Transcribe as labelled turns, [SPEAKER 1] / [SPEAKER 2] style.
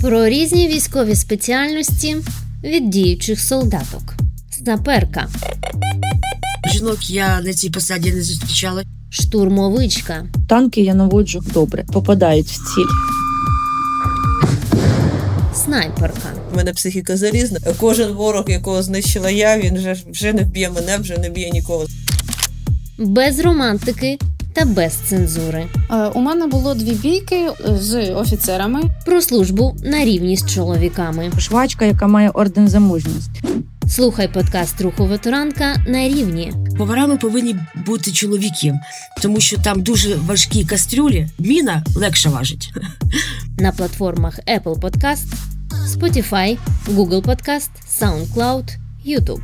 [SPEAKER 1] про різні військові спеціальності від діючих солдаток. Саперка,
[SPEAKER 2] Жінок я на цій посаді не зустрічала.
[SPEAKER 1] штурмовичка,
[SPEAKER 3] Танки я наводжу добре, попадають в ціль.
[SPEAKER 1] снайперка,
[SPEAKER 4] У мене психіка залізна. Кожен ворог, якого знищила я, він вже, вже не вб'є мене, вже не б'є нікого.
[SPEAKER 1] без романтики та без цензури.
[SPEAKER 5] Е, У мене було дві бійки е, з офіцерами.
[SPEAKER 1] Про службу на рівні з чоловіками.
[SPEAKER 3] Швачка, яка має орден за мужність.
[SPEAKER 1] Слухай подкаст руху ветеранка на рівні.
[SPEAKER 2] Поварами повинні бути чоловіки, тому що там дуже важкі кастрюлі. Міна легше важить.
[SPEAKER 1] на платформах Apple Podcast, Spotify, Google Podcast, SoundCloud, YouTube.